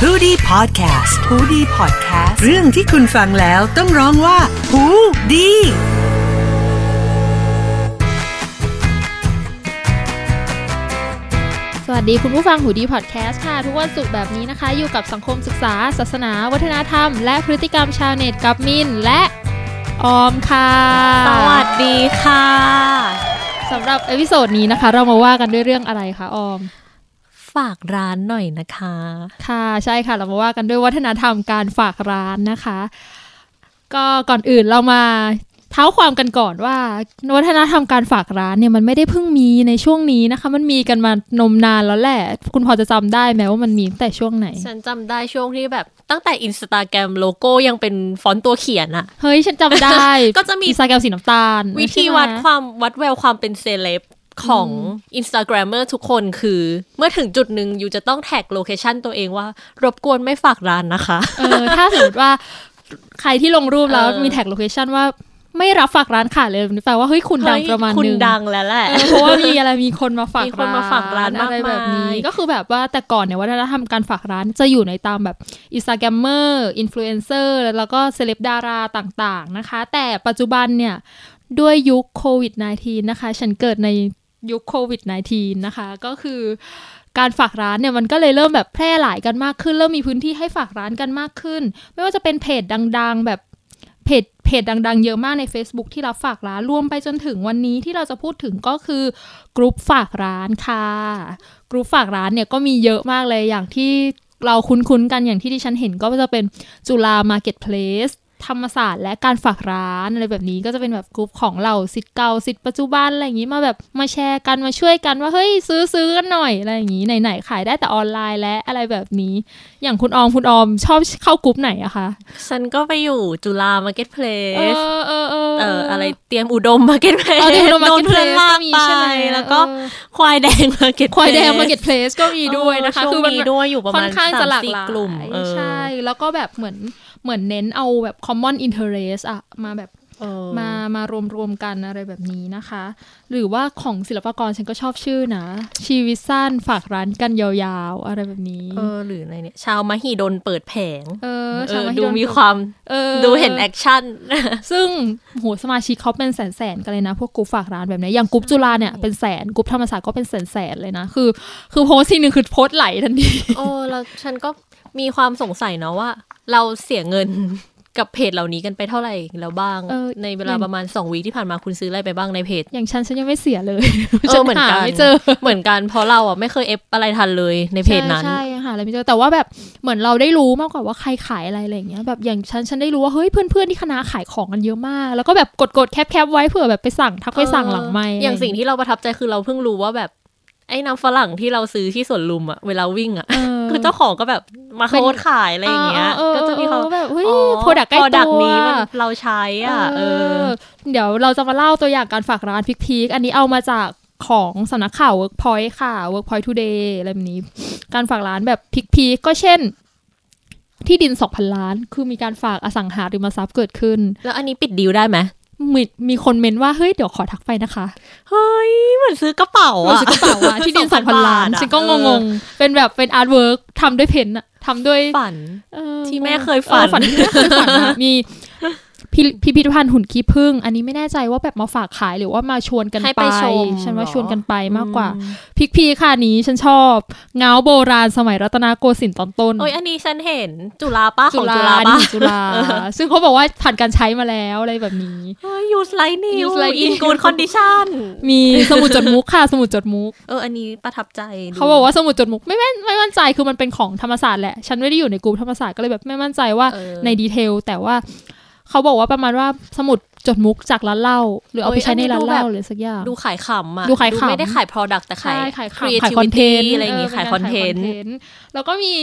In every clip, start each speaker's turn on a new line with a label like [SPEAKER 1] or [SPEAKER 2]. [SPEAKER 1] h o ดี้พอดแคสต์ฮูดี้พอดแคสต์เรื่องที่คุณฟังแล้วต้องร้องว่าหูดี
[SPEAKER 2] สวัสดีคุณผู้ฟังหูดีพอดแคสต์ค่ะ ทุกวันศุกร์แบบนี้นะคะ อยู่กับสังคมศึกษา ศาสนา วัฒนธรรม และพฤติกรรมชาวเน็ตกับมินและออมค่ะ
[SPEAKER 3] สวัสดีค่ะ
[SPEAKER 2] สำหรับเอพิโซดนี้นะคะ เรามาว่ากันด้วยเรื่องอะไรคะออม
[SPEAKER 3] ฝากร้านหน่อยนะคะ
[SPEAKER 2] ค่ะใช่ค่ะเรามาว่ากันด้วยวัฒนธรรมการฝากร้านนะคะ ก็ก่อนอื่นเรามาเท้าความกันก่อนว่า วัฒนธรรมการฝากร้านเนี่ยมันไม่ได้เพิ่งมีในช่วงนี้นะคะ มันมีกันมานมนานแล้วแหละ คุณพอจะจำได้ไหมว่ามันมีตั้งแต่ช่วงไหน
[SPEAKER 3] ฉันจำได้ช่วงที่แบบตั้งแต่อินสตาแกรมโลโก้ยังเป็นฟอนต์ตัวเขียนอะ
[SPEAKER 2] เฮ้ย ฉันจำได้
[SPEAKER 3] ก็จะมี
[SPEAKER 2] สแกลสีน้ำตาล
[SPEAKER 3] วิธี
[SPEAKER 2] ใช่ไหม
[SPEAKER 3] วัดความวัดแววความเป็นเซเลบของอินสตาแกรมเมอร์ทุกคนคือ เมื่อถึงจุดหนึ่งยูจะต้องแท็กโลเคชันตัวเองว่า รบกวนไม่ฝากร้านนะคะ
[SPEAKER 2] เออถ้าสมมติว่าใครที่ลงรูปแล้ว
[SPEAKER 3] เออ
[SPEAKER 2] มีแท็กโลเคชันว่าไม่รับฝากร้านค่ะเลยแปลว่าเฮ้ยคุณดัง
[SPEAKER 3] เฮ้ย
[SPEAKER 2] ประมาณ
[SPEAKER 3] คุณ
[SPEAKER 2] นึง
[SPEAKER 3] ดังแล้วแหละ
[SPEAKER 2] เออเพราะว่ามีอะไรมีคนมาฝาก
[SPEAKER 3] มีคนมาฝากร้านมาก
[SPEAKER 2] อะไรแบบนี้
[SPEAKER 3] มาย
[SPEAKER 2] ก็คือแบบว่าแต่ก่อนเนี่ยวัฒนธรรมการฝากร้านจะอยู่ในตามแบบอินสตาแกรมเมอร์อินฟลูเอนเซอร์แล้วก็เซเลบดาราต่างๆนะคะ แต่ปัจจุบันเนี่ย ด้วยยุคโควิด -19 นะคะ ฉันเกิดในยุคโควิด -19 นะคะ ก็คือการฝากร้านเนี่ยมันก็เลยเริ่มแบบแพร่หลายกันมากขึ้น เริ่มมีพื้นที่ให้ฝากร้านกันมากขึ้น ไม่ว่าจะเป็นเพจดังๆ แบบเพจเพจดังๆ เยอะมากใน Facebook ที่รับฝากร้านรวมไปจนถึงวันนี้ที่เราจะพูดถึงก็คือกรุ๊ปฝากร้านค่ะกรุ๊ปฝากร้านเนี่ยก็มีเยอะมากเลยอย่างที่เราคุ้นๆกันอย่างที่ดิฉันเห็นก็จะเป็น จุฬามาร์เก็ตเพลสธรรมศาสตร์และการฝากร้านอะไรแบบนี้ก็จะเป็นแบบกลุ่มของเราสิทธิ์เก่าสิทธิ์ปัจจุบันอะไรอย่างนี้มาแบบมาแชร์กันมาช่วยกันว่าเฮ้ยซื้อซื้อกันหน่อยอะไรอย่างนี้ไหนๆขายได้แต่ออนไลน์และอะไรแบบนี้ อย่างคุณออมคุณออมชอบเข้ากลุ่มไหนอะคะ
[SPEAKER 3] ฉันก็ไปอยู่จุฬามาร์เก็ตเพล
[SPEAKER 2] เอ
[SPEAKER 3] ส
[SPEAKER 2] อเออเออ
[SPEAKER 3] เอ่ออะไรเตรียมอุดมมาร์เก็ตเพลส
[SPEAKER 2] เออที่คุณออม
[SPEAKER 3] โดน
[SPEAKER 2] Market
[SPEAKER 3] เพื่อน
[SPEAKER 2] Place
[SPEAKER 3] ลาก
[SPEAKER 2] มี
[SPEAKER 3] ไป
[SPEAKER 2] ใช่ไหม
[SPEAKER 3] แล้วก็
[SPEAKER 2] เออ
[SPEAKER 3] ควายแดงมาร์เก็ต
[SPEAKER 2] ควายแดงมาร์เก็ตเพลสก็มีด้วยนะคะ
[SPEAKER 3] เช่วงนี้ด้วยอยู่ประ
[SPEAKER 2] ค่
[SPEAKER 3] มา
[SPEAKER 2] อ
[SPEAKER 3] ณ
[SPEAKER 2] นข้าง
[SPEAKER 3] สา
[SPEAKER 2] จะ
[SPEAKER 3] ม
[SPEAKER 2] หลาก
[SPEAKER 3] สี่
[SPEAKER 2] หลาย
[SPEAKER 3] กลุ่มเออ
[SPEAKER 2] ใช่ แล้วก็แบบเหมือนเหมือนเน้นเอาแบบ common interest อะมาแบบ
[SPEAKER 3] เออ
[SPEAKER 2] มามารวมรวมๆกันอะไรแบบนี้นะคะ หรือว่าของศิลปากรฉันก็ชอบชื่อนะ ชีวิตสั้นฝากร้านกันยาวๆ อะไรแบบนี้
[SPEAKER 3] เออหรืออะไรเนี่ย ชาวมหิดลเปิดแผง
[SPEAKER 2] เออ
[SPEAKER 3] เอ
[SPEAKER 2] ชาว
[SPEAKER 3] อ
[SPEAKER 2] มหิ
[SPEAKER 3] ดู
[SPEAKER 2] ดล
[SPEAKER 3] มีความ
[SPEAKER 2] ออ
[SPEAKER 3] ดูเห็นแอคชั่น
[SPEAKER 2] ซึ่งโหสมาชิกเขาเป็นแสนๆกันเลยนะ พวกกรุ๊ปฝากร้านแบบเนี้ยอย่างกรุ๊ปจุฬาเนี่ยเป็นแสนกรุ๊ปธรรมศาสตร์ก็เป็นแสนๆเลยนะ คือ คือโพสต์ทีหนึ่งคือโพสต์ไหลทันที
[SPEAKER 3] โอ้แล้วฉันก็มีความสงสัยเนาะว่า เราเสียเงินกับเพจเหล่านี้กันไปเท่าไหร่แล้วบ้าง
[SPEAKER 2] เออ
[SPEAKER 3] ในเวลาประมาณ 2 วีคที่ผ่านมาคุณซื้ออะไรไปบ้างในเพจ
[SPEAKER 2] อย่างฉันฉันยังไม่เสียเลย
[SPEAKER 3] เอ
[SPEAKER 2] ฉั
[SPEAKER 3] อเหมือน
[SPEAKER 2] หา
[SPEAKER 3] กัน
[SPEAKER 2] ไม่เจอ
[SPEAKER 3] เหมือนกันเพราะเราอ่ะไม่เคยเอฟอะไรทันเลยในเพจนั้น
[SPEAKER 2] ใช่ใช่หาอะไรไม่เจอแต่ว่าแบบเหมือนเราได้รู้มากกว่าว่าใครขายอะไรอะไรอย่างเงี้ยแบบอย่างฉันฉันได้รู้ว่าเฮ้ยเพื่อนๆที่คณะขายของกันเยอะมาก แล้วก็แบบกดกดๆแคปแคปๆไว้เผื่อแบบไปสั่งทักไปสั่งหลังไม่
[SPEAKER 3] เอออย่างสิ่งที่เราประทับใจคือเราเพิ่งรู้ว่าแบบ ไอ้น้ำฝรั่งที่เราซื้อที่สวนลุมอะเวลาวิ่งอะ คือเจ้าของก็แบบมาโค้ดขายอะไรอย่างเงี้ย ก็จะมีเขา
[SPEAKER 2] แบบเฮ้ย
[SPEAKER 3] อ๋อ
[SPEAKER 2] โปรดักใกล้
[SPEAKER 3] product
[SPEAKER 2] ตัว
[SPEAKER 3] นี้มันเราใช้อ่ะ เออ
[SPEAKER 2] เดี๋ยวเราจะมาเล่าตัวอย่างการฝากร้านพีคๆอันนี้เอามาจากของสำนักข่าว Workpoint ค่ะ Workpoint Today อะไรแบบนี้ การฝากร้านแบบพีคๆก็เช่น ที่ดิน 2,000 ล้าน คือมีการฝากอสังหาริมทรัพย์เกิดขึ้น
[SPEAKER 3] แล้วอันนี้ปิดดีลได้ไหม
[SPEAKER 2] มีมีคนเมนว่า เฮ้ย เดี๋ยวขอทักไปนะคะ
[SPEAKER 3] เฮ้ยเหมือนซื้อกระเป๋า
[SPEAKER 2] เรา
[SPEAKER 3] อ่ะ
[SPEAKER 2] จะกระเป๋าอะที่ดินสองพัน ล้าน
[SPEAKER 3] 2,000
[SPEAKER 2] ฉันก็งงๆ เป็นแบบเป็นอาร์ตเวิร์กทำด้วยเพนท์อะทำด้วย
[SPEAKER 3] ฝัน
[SPEAKER 2] เออ
[SPEAKER 3] ที่แม่เคยฝัน
[SPEAKER 2] ออฝันที่แม่เคยฝันนะ มีพิพิพิธภัณฑ์หุ่นขี้ผึ้งอันนี้ไม่แน่ใจว่าแบบมาฝากขายหรือว่ามาชวนกัน
[SPEAKER 3] ให้
[SPEAKER 2] ไป
[SPEAKER 3] ไปชม
[SPEAKER 2] ฉันว่า
[SPEAKER 3] เหรอ
[SPEAKER 2] ชวนกันไปมากกว่าพิกพีค่ะนี้ฉันชอบ เงาโบราณสมัยรัตนโกสินทร์ตอนต้น
[SPEAKER 3] โอ้ยอันนี้ฉันเห็นจุฬาป้าข
[SPEAKER 2] จุ
[SPEAKER 3] อง
[SPEAKER 2] ฬา
[SPEAKER 3] จุฬา
[SPEAKER 2] นี่ข
[SPEAKER 3] ป้า
[SPEAKER 2] องจุฬา ซึ่งเขาบอกว่าผ่านการใช้มาแล้วอะไรแบบนี้
[SPEAKER 3] เฮ้ยยูสไลน์นิว
[SPEAKER 2] Use like
[SPEAKER 3] อิน
[SPEAKER 2] new
[SPEAKER 3] กูดคอนดิชั น
[SPEAKER 2] มีสมุดจดมุกค่ะ สมุดจดมุก
[SPEAKER 3] เออ อันนี้ประทับใจดี
[SPEAKER 2] เขาบอกว่าสมุดจดหมุกไม่แม่นไม่มั่นใจคือมันเป็นของธรรมศาสตร์แหละ ฉันไม่ได้อยู่ในกลุ่มธรรมศาสตร์ก็เลยแบบไม่มั่นใจว่า
[SPEAKER 3] เออ
[SPEAKER 2] ในดีเทล แต่ว่าเขาบอกว่าประมาณว่าสมุดจดมุกจากร้านเหล้าหรือเอาไปใช้ในร้านเหล้าหรือสักอย่าง
[SPEAKER 3] ดูขายขำอ่ะ
[SPEAKER 2] ดูขายขำ
[SPEAKER 3] ไม่ได้ขาย product แต่ขา
[SPEAKER 2] ใช่
[SPEAKER 3] ย
[SPEAKER 2] ขายขายขายคอนเทน
[SPEAKER 3] creativity
[SPEAKER 2] ต์
[SPEAKER 3] อะไรอย่างงี้ขายคอนเทนต์
[SPEAKER 2] ต์แล้วก็มี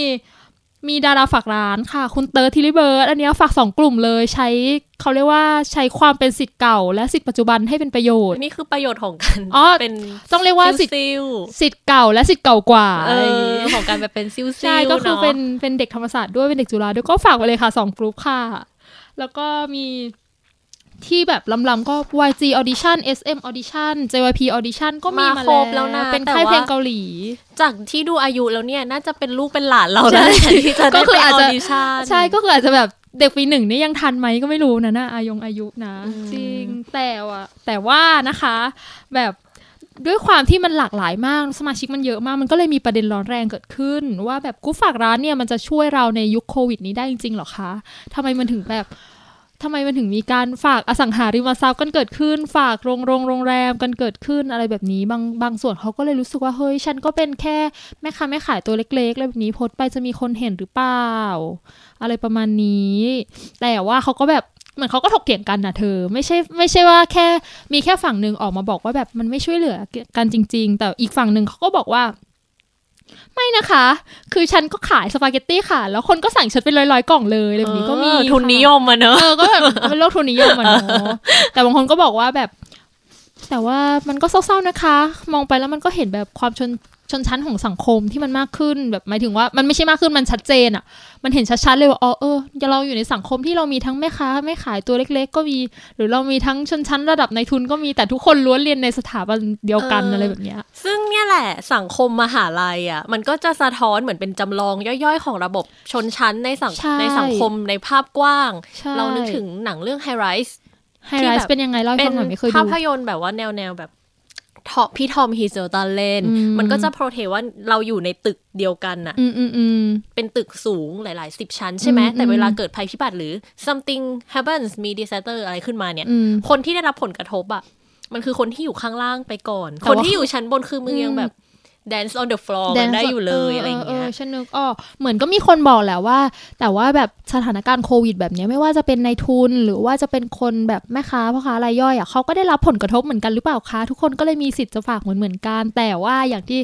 [SPEAKER 2] มีดาราฝากร้านค่ะ คุณเตอร์ทิลิเบิร์ดอันเนี้ยฝากสองกลุ่มเลยใช้เขาเรียกว่าใช้ความเป็นสิทธิ์เก่า และสิทธิ์ปัจจุบันให้เป็นประโยชน์
[SPEAKER 3] นี่คือประโยชน์ของการ
[SPEAKER 2] อ๋อ
[SPEAKER 3] เป็น
[SPEAKER 2] ต้องเรียกว่าสิทธิ์
[SPEAKER 3] ซิล
[SPEAKER 2] สิทธิ์เก่าและสิทธิ์เก่ากว่า
[SPEAKER 3] ๆเอ
[SPEAKER 2] อะไรอย่าง
[SPEAKER 3] อ
[SPEAKER 2] งี้
[SPEAKER 3] ของการแบบเป็นซิลๆ
[SPEAKER 2] ใช่ก็คือ
[SPEAKER 3] นาะ
[SPEAKER 2] เป็นเป็นเด็กธรรมศาสตร์ด้วยเป็นเด็กจุฬาด้วยก็ฝากไปเลยค่ะสองกลุ่มค่ะ แล้วก็มี ที่แบบลำๆก็ YG audition SM audition JYP audition ก็มี
[SPEAKER 3] มา
[SPEAKER 2] มา
[SPEAKER 3] ครบแล้วนะ
[SPEAKER 2] เป็น
[SPEAKER 3] แต่
[SPEAKER 2] ค่ายเพลง
[SPEAKER 3] ว่า
[SPEAKER 2] เกาหลี
[SPEAKER 3] จากที่ดูอายุแล้วเนี่ยน่าจะเป็นลูกเป็นหลานเรา
[SPEAKER 2] ใช่
[SPEAKER 3] แล้วแหละที่จะได้
[SPEAKER 2] ก็คื
[SPEAKER 3] ไป
[SPEAKER 2] อ
[SPEAKER 3] อ
[SPEAKER 2] อาจ
[SPEAKER 3] อ
[SPEAKER 2] จะ
[SPEAKER 3] ดิชั่น
[SPEAKER 2] ใช่ก็คืออาจจะแบบเด็กปีหนึ่งนี่ยังทันไหมก็ไม่รู้นะนะอายุอายุนะ จริงแต่ว่าแต่ว่านะคะ แบบด้วยความที่มันหลากหลายมากสมาชิกมันเยอะมาก มันก็เลยมีประเด็นร้อนแรงเกิดขึ้น ว่าแบบกูฝากร้านเนี่ยมันจะช่วยเราในยุคโควิดนี้ได้จริงๆหรอคะทำไมมันถึงแบบทำไมมันถึงมีการฝากอสังหาริมทรัพย์กันเกิดขึ้น ฝากโรงโรงโรงแรมกันเกิดขึ้นอะไรแบบนี้บางบางส่วนเขาก็เลยรู้สึกว่าเฮ้ยฉันก็เป็นแค่แม่ค้าแม่ขายตัวเล็กๆอะไรแบบนี้โพสต์ไปจะมีคนเห็นหรือเปล่า อะไรประมาณนี้ แต่ว่าเขาก็แบบเหมือนเขาก็ถกเถียงกันนะเธอ ไม่ใช่ไม่ใช่ว่าแค่มีแค่ฝั่งหนึ่งออกมาบอกว่าแบบมันไม่ช่วยเหลือกันจริง ๆ แต่อีกฝั่งหนึ่งเขาก็บอกว่า ไม่นะคะ คือฉันก็ขายสปาเกตตี้ค่ะ แล้วคนก็สั่งฉันเป็นร้อยๆกล่องเลยอะไรแบบนี้ก็มี
[SPEAKER 3] เออทุน
[SPEAKER 2] ค่ะ
[SPEAKER 3] นิยมอะเนอะ
[SPEAKER 2] เออ ก็แบบเป็นโลกทุนนิยมอะเนาะ แต่บางคนก็บอกว่าแบบ แต่ว่ามันก็เศร้าๆนะคะ มองไปแล้วมันก็เห็นแบบความชนชนชั้นของสังคมที่มันมากขึ้นแบบหมายถึงว่ามันไม่ใช่มากขึ้นมันชัดเจนอะมันเห็นชัดๆเลยว่าอ๋อเออเราอยู่ในสังคมที่เรามีทั้งแม่ค้าแม่ขายตัวเล็ก ๆ ก็มี หรือเรามีทั้งชนชั้นระดับในายทุนก็มีแต่ทุกคนล้วนเรียนในสถาบันเดียวกันอะไรแบบเนี้ย
[SPEAKER 3] ซึ่งเนี่ยแหละสังคมมหาลัยอ่ะ มันก็จะสะท้อนเหมือนเป็นจำลองย่อยๆ ของระบบชนชั้นในสัง
[SPEAKER 2] ใช่
[SPEAKER 3] ในสังคมในภาพกว้าง
[SPEAKER 2] ใช่
[SPEAKER 3] เรานึกถึงหนังเรื่อง High Rise
[SPEAKER 2] ไฮไลท์เป็นยังไงเล่าให้
[SPEAKER 3] เป็น
[SPEAKER 2] ฟังหน่อยไม่เคยดู
[SPEAKER 3] ภาพยนตร์แบบว่าแนวแนวแบบทอพี่ทอมฮีเซลตันเล่น
[SPEAKER 2] อืม
[SPEAKER 3] มันก็จะโปรเทว่าเราอยู่ในตึกเดียวกันน่ะ
[SPEAKER 2] อืมอืมอืม
[SPEAKER 3] เป็นตึกสูงหลายๆสิบชั้นใช่ไหม
[SPEAKER 2] อืม
[SPEAKER 3] แต่
[SPEAKER 2] อืม
[SPEAKER 3] เวลาเกิดภัยพิบัติหรือ something happens มี disaster อะไรขึ้นมาเนี่ย
[SPEAKER 2] อืม
[SPEAKER 3] คนที่ได้รับผลกระทบอะมันคือคนที่อยู่ข้างล่างไปก่อน
[SPEAKER 2] แต่
[SPEAKER 3] คน
[SPEAKER 2] ว่า
[SPEAKER 3] ที่อยู่ชั้นบนคือมึงยัง
[SPEAKER 2] อืม
[SPEAKER 3] แบบ dance on the floor มันได้อยู่เลยอะไรอย่างเงี้
[SPEAKER 2] อ
[SPEAKER 3] ย
[SPEAKER 2] ฉันนึกออกเหมือนก็มีคนบอกแหละว่า แต่ว่าแบบสถานการณ์โควิดแบบเนี้ยไม่ว่าจะเป็นในายทุนหรือว่าจะเป็นคนแบบแม่ค้าพ่อค้ารายย่อยอ่ะเขาก็ได้รับผลกระทบเหมือนกันหรือเปล่าคะ ทุกคนก็เลยมีสิทธิ์จะฝากเหมือนเหมือนๆกัน แต่ว่าอย่างที่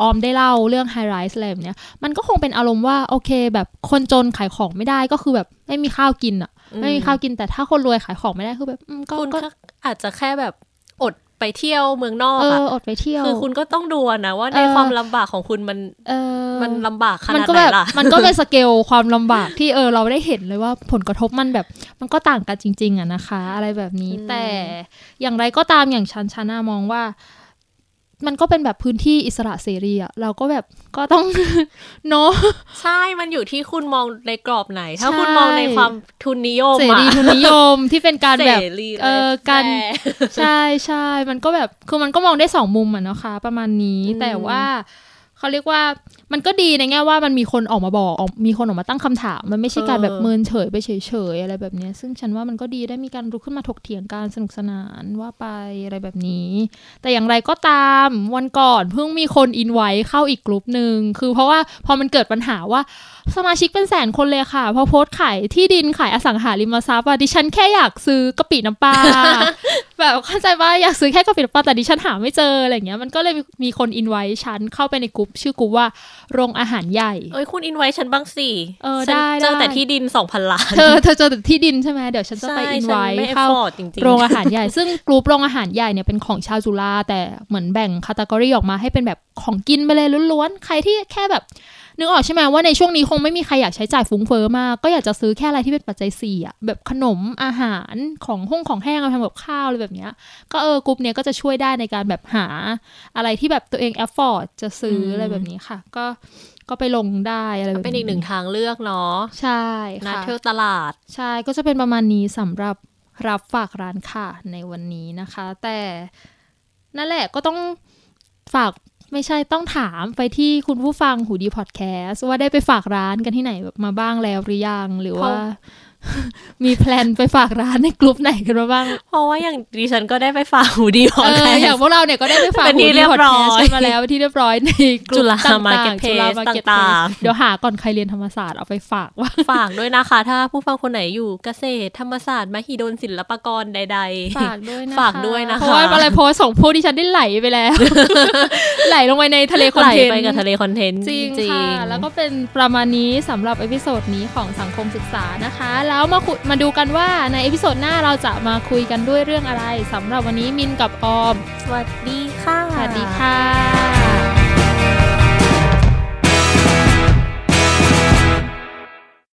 [SPEAKER 2] ออมได้เล่าเรื่องไฮไรส์อะไรแบบเนี้ยมันก็คงเป็นอารมณ์ว่าโอเค แบบคนจนขายของไม่ได้ก็คือแบบไม่มีข้าวกินอ่ะ ไม่มีข้าวกินแต่ถ้าคนรวยขายของไม่ได้คือแบบอืมก็
[SPEAKER 3] คุณ
[SPEAKER 2] ก็
[SPEAKER 3] ก็อาจจะแค่แบบอดไปเที่ยวเมืองนอก
[SPEAKER 2] เอ
[SPEAKER 3] อะ
[SPEAKER 2] ออดไปเที่ยว
[SPEAKER 3] คือคุณก็ต้องดูอะนะว่าใน
[SPEAKER 2] เออ
[SPEAKER 3] ความลำบากของคุณมัน
[SPEAKER 2] เออ
[SPEAKER 3] มันลำบากข
[SPEAKER 2] มัน
[SPEAKER 3] นาด
[SPEAKER 2] ก็
[SPEAKER 3] ไหน
[SPEAKER 2] แบบ
[SPEAKER 3] ล่ะ
[SPEAKER 2] มันก็เป็นสเกลความลำบากที่เออเราได้เห็นเลยว่าผลกระทบมันแบบ มันก็ต่างกันจริง ๆอะนะคะ อะไรแบบนี้
[SPEAKER 3] อืม
[SPEAKER 2] แต่อย่างไรก็ตามอย่างชันชานามองว่า มันก็เป็นแบบพื้นที่อิสระเสรีอะเราก็แบบก็ต้อง เนาะ
[SPEAKER 3] ใช่ มันอยู่ที่คุณมองในกรอบไหน ถ้า
[SPEAKER 2] ใช่
[SPEAKER 3] คุณมองในความทุนนิยม
[SPEAKER 2] เส
[SPEAKER 3] อะ
[SPEAKER 2] รีทุนนิยมที่เป็นการแบบ
[SPEAKER 3] เสรี
[SPEAKER 2] เออ
[SPEAKER 3] และ
[SPEAKER 2] การ
[SPEAKER 3] แฟร์
[SPEAKER 2] ใช่ใช่มันก็แบบคือมันก็มองได้สองมุมอะเนาะค่ะประมาณนี้
[SPEAKER 3] อืม
[SPEAKER 2] แต่ว่าเขาเรียกว่ามันก็ดีในแง่ว่ามันมีคนออกมาบอกออกมีคนออกมาตั้งคำถาม มันไม่ใช่การแบบเมินเฉยไปเฉยๆอะไรแบบเนี้ยซึ่งฉันว่ามันก็ดีได้มีการลุกขึ้นมาถกเถียงการสนุกสนานว่าไปอะไรแบบนี้ แต่อย่างไรก็ตามวันก่อนเพิ่งมีคนอินไว้เข้าอีกกลุ่มหนึ่งคือเพราะว่าพอมันเกิดปัญหาว่า สมาชิกเป็นแสนคนเลยค่ะ พอโพสต์ขายที่ดินขายอสังหาริมทรัพย์อะดิฉันแค่อยากซื้อกะปิน้ำปลา แบบเข้าใจว่าอยากซื้อแค่กะปิน้ำปลาแต่ดิฉันหาไม่เจออะไรอย่างเงี้ยมันก็เลยมีคนอินไว้ฉันเข้าไปในกลุ่มชื่อกลุ่มว่าโรงอาหารใหญ่
[SPEAKER 3] เอ้ยคุณอินไว้ฉันบ้างสิ
[SPEAKER 2] เออ
[SPEAKER 3] ฉัน
[SPEAKER 2] ได้
[SPEAKER 3] เจอ
[SPEAKER 2] ได้
[SPEAKER 3] แต่ที่ดินสองพันล้าน
[SPEAKER 2] เธอเธอเจอแต่ที่ดินใช่ไหมเดี๋ยวฉันจะไปอินไว้
[SPEAKER 3] ใช่ฉัม่
[SPEAKER 2] เข้า
[SPEAKER 3] afford จริงๆ
[SPEAKER 2] โรงอาหารใหญ่ ซึ่งกลุ่มโรงอาหารใหญ่เนี่ยเป็นของชาวจุฬาแต่เหมือนแบ่งคาตากรีออกมาให้เป็นแบบของกินไปเลยล้วนๆ ใครที่แค่แบบ นึกออกใช่ไหมว่าในช่วงนี้คงไม่มีใครอยากใช้จ่ายฟุ้งเฟ้อมาก ก็อยากจะซื้อแค่อะไรที่เป็นปัจจัยสี่อะแบบขนมอาหารของห้องของแห้งเอาไปทำแบบข้าวอะไรแบบเนี้ย ก็เออกลุ่มเนี้ยก็จะช่วยได้ในการแบบหาอะไรที่แบบตัวเองแอฟฟอร์ดจะซื้อ
[SPEAKER 3] ม
[SPEAKER 2] อะไรแบบนี้ค่ะ ก็ก็ไปลงได้อะไรแบบนี้
[SPEAKER 3] เป็นอีกหนึ่งทางเลือกเนาะ
[SPEAKER 2] ใช่ค่ะ
[SPEAKER 3] นัดเที่ยวตลาด
[SPEAKER 2] ใช่ ก็จะเป็นประมาณนี้สำหรับรับฝากร้านค่ะในวันนี้นะคะ แต่นั่นแหละก็ต้องฝากไม่ใช่ต้องถามไปที่คุณผู้ฟังหูดีพอดแคสต์ว่าได้ไปฝากร้านกันที่ไหนแบบมาบ้างแล้วหรือยังหรือว่า
[SPEAKER 3] เพรา
[SPEAKER 2] มีแพลนไปฝากร้านในกลุ่มไหนกันมา บ้าง
[SPEAKER 3] เพราะว่าอย่างดิฉันก็ได้ไปฝากหูดีพอ
[SPEAKER 2] เอ
[SPEAKER 3] ดแค
[SPEAKER 2] อ
[SPEAKER 3] สต์
[SPEAKER 2] อย่างพวกเราเนี่ยก็ได้ไปฝาก
[SPEAKER 3] เป็นที่
[SPEAKER 2] หูดี
[SPEAKER 3] เรียบ
[SPEAKER 2] พอด
[SPEAKER 3] ร้
[SPEAKER 2] แค
[SPEAKER 3] อ
[SPEAKER 2] สต์
[SPEAKER 3] ย
[SPEAKER 2] กันมาแล้วที่เรียบร้อยในกลุ่ม
[SPEAKER 3] จุฬา
[SPEAKER 2] ต่างๆ
[SPEAKER 3] Marketplace
[SPEAKER 2] จุฬา Marketplace
[SPEAKER 3] ต่างๆ
[SPEAKER 2] เดี๋ยวหาก่อนใครเรียนธรรมศาสตร์เอาไปฝากว่า
[SPEAKER 3] ฝากด้วยนะคะ ถ้าผู้ฟังคนไหนอยู่เกษตรธรรมศาสตร์มหิดลศิลปากรใด
[SPEAKER 2] ฝากด้วยนะคะ
[SPEAKER 3] ฝากด้วยนะคะ
[SPEAKER 2] เพราะว่าอะไรโพสต์ของพวกที่ฉันได้ไหลไป แล้ว ไหลลงไปในทะเล
[SPEAKER 3] ๆ
[SPEAKER 2] คอน
[SPEAKER 3] ไหล
[SPEAKER 2] เทนต์
[SPEAKER 3] ไปกับทะเลคอนเทนต์
[SPEAKER 2] จริง
[SPEAKER 3] ๆ
[SPEAKER 2] ค่ะ แล้วก็เป็นประมาณนี้สำหรับเอพิโซดนี้ของสังคมศึกษานะคะ แล้วมาคุยมาดูกันว่าในเอพิโซดหน้าเราจะมาคุยกันด้วยเรื่องอะไรสำหรับวันนี้มินกับออม
[SPEAKER 3] สวัสดีค่ะ
[SPEAKER 2] สวัสดีค่ะ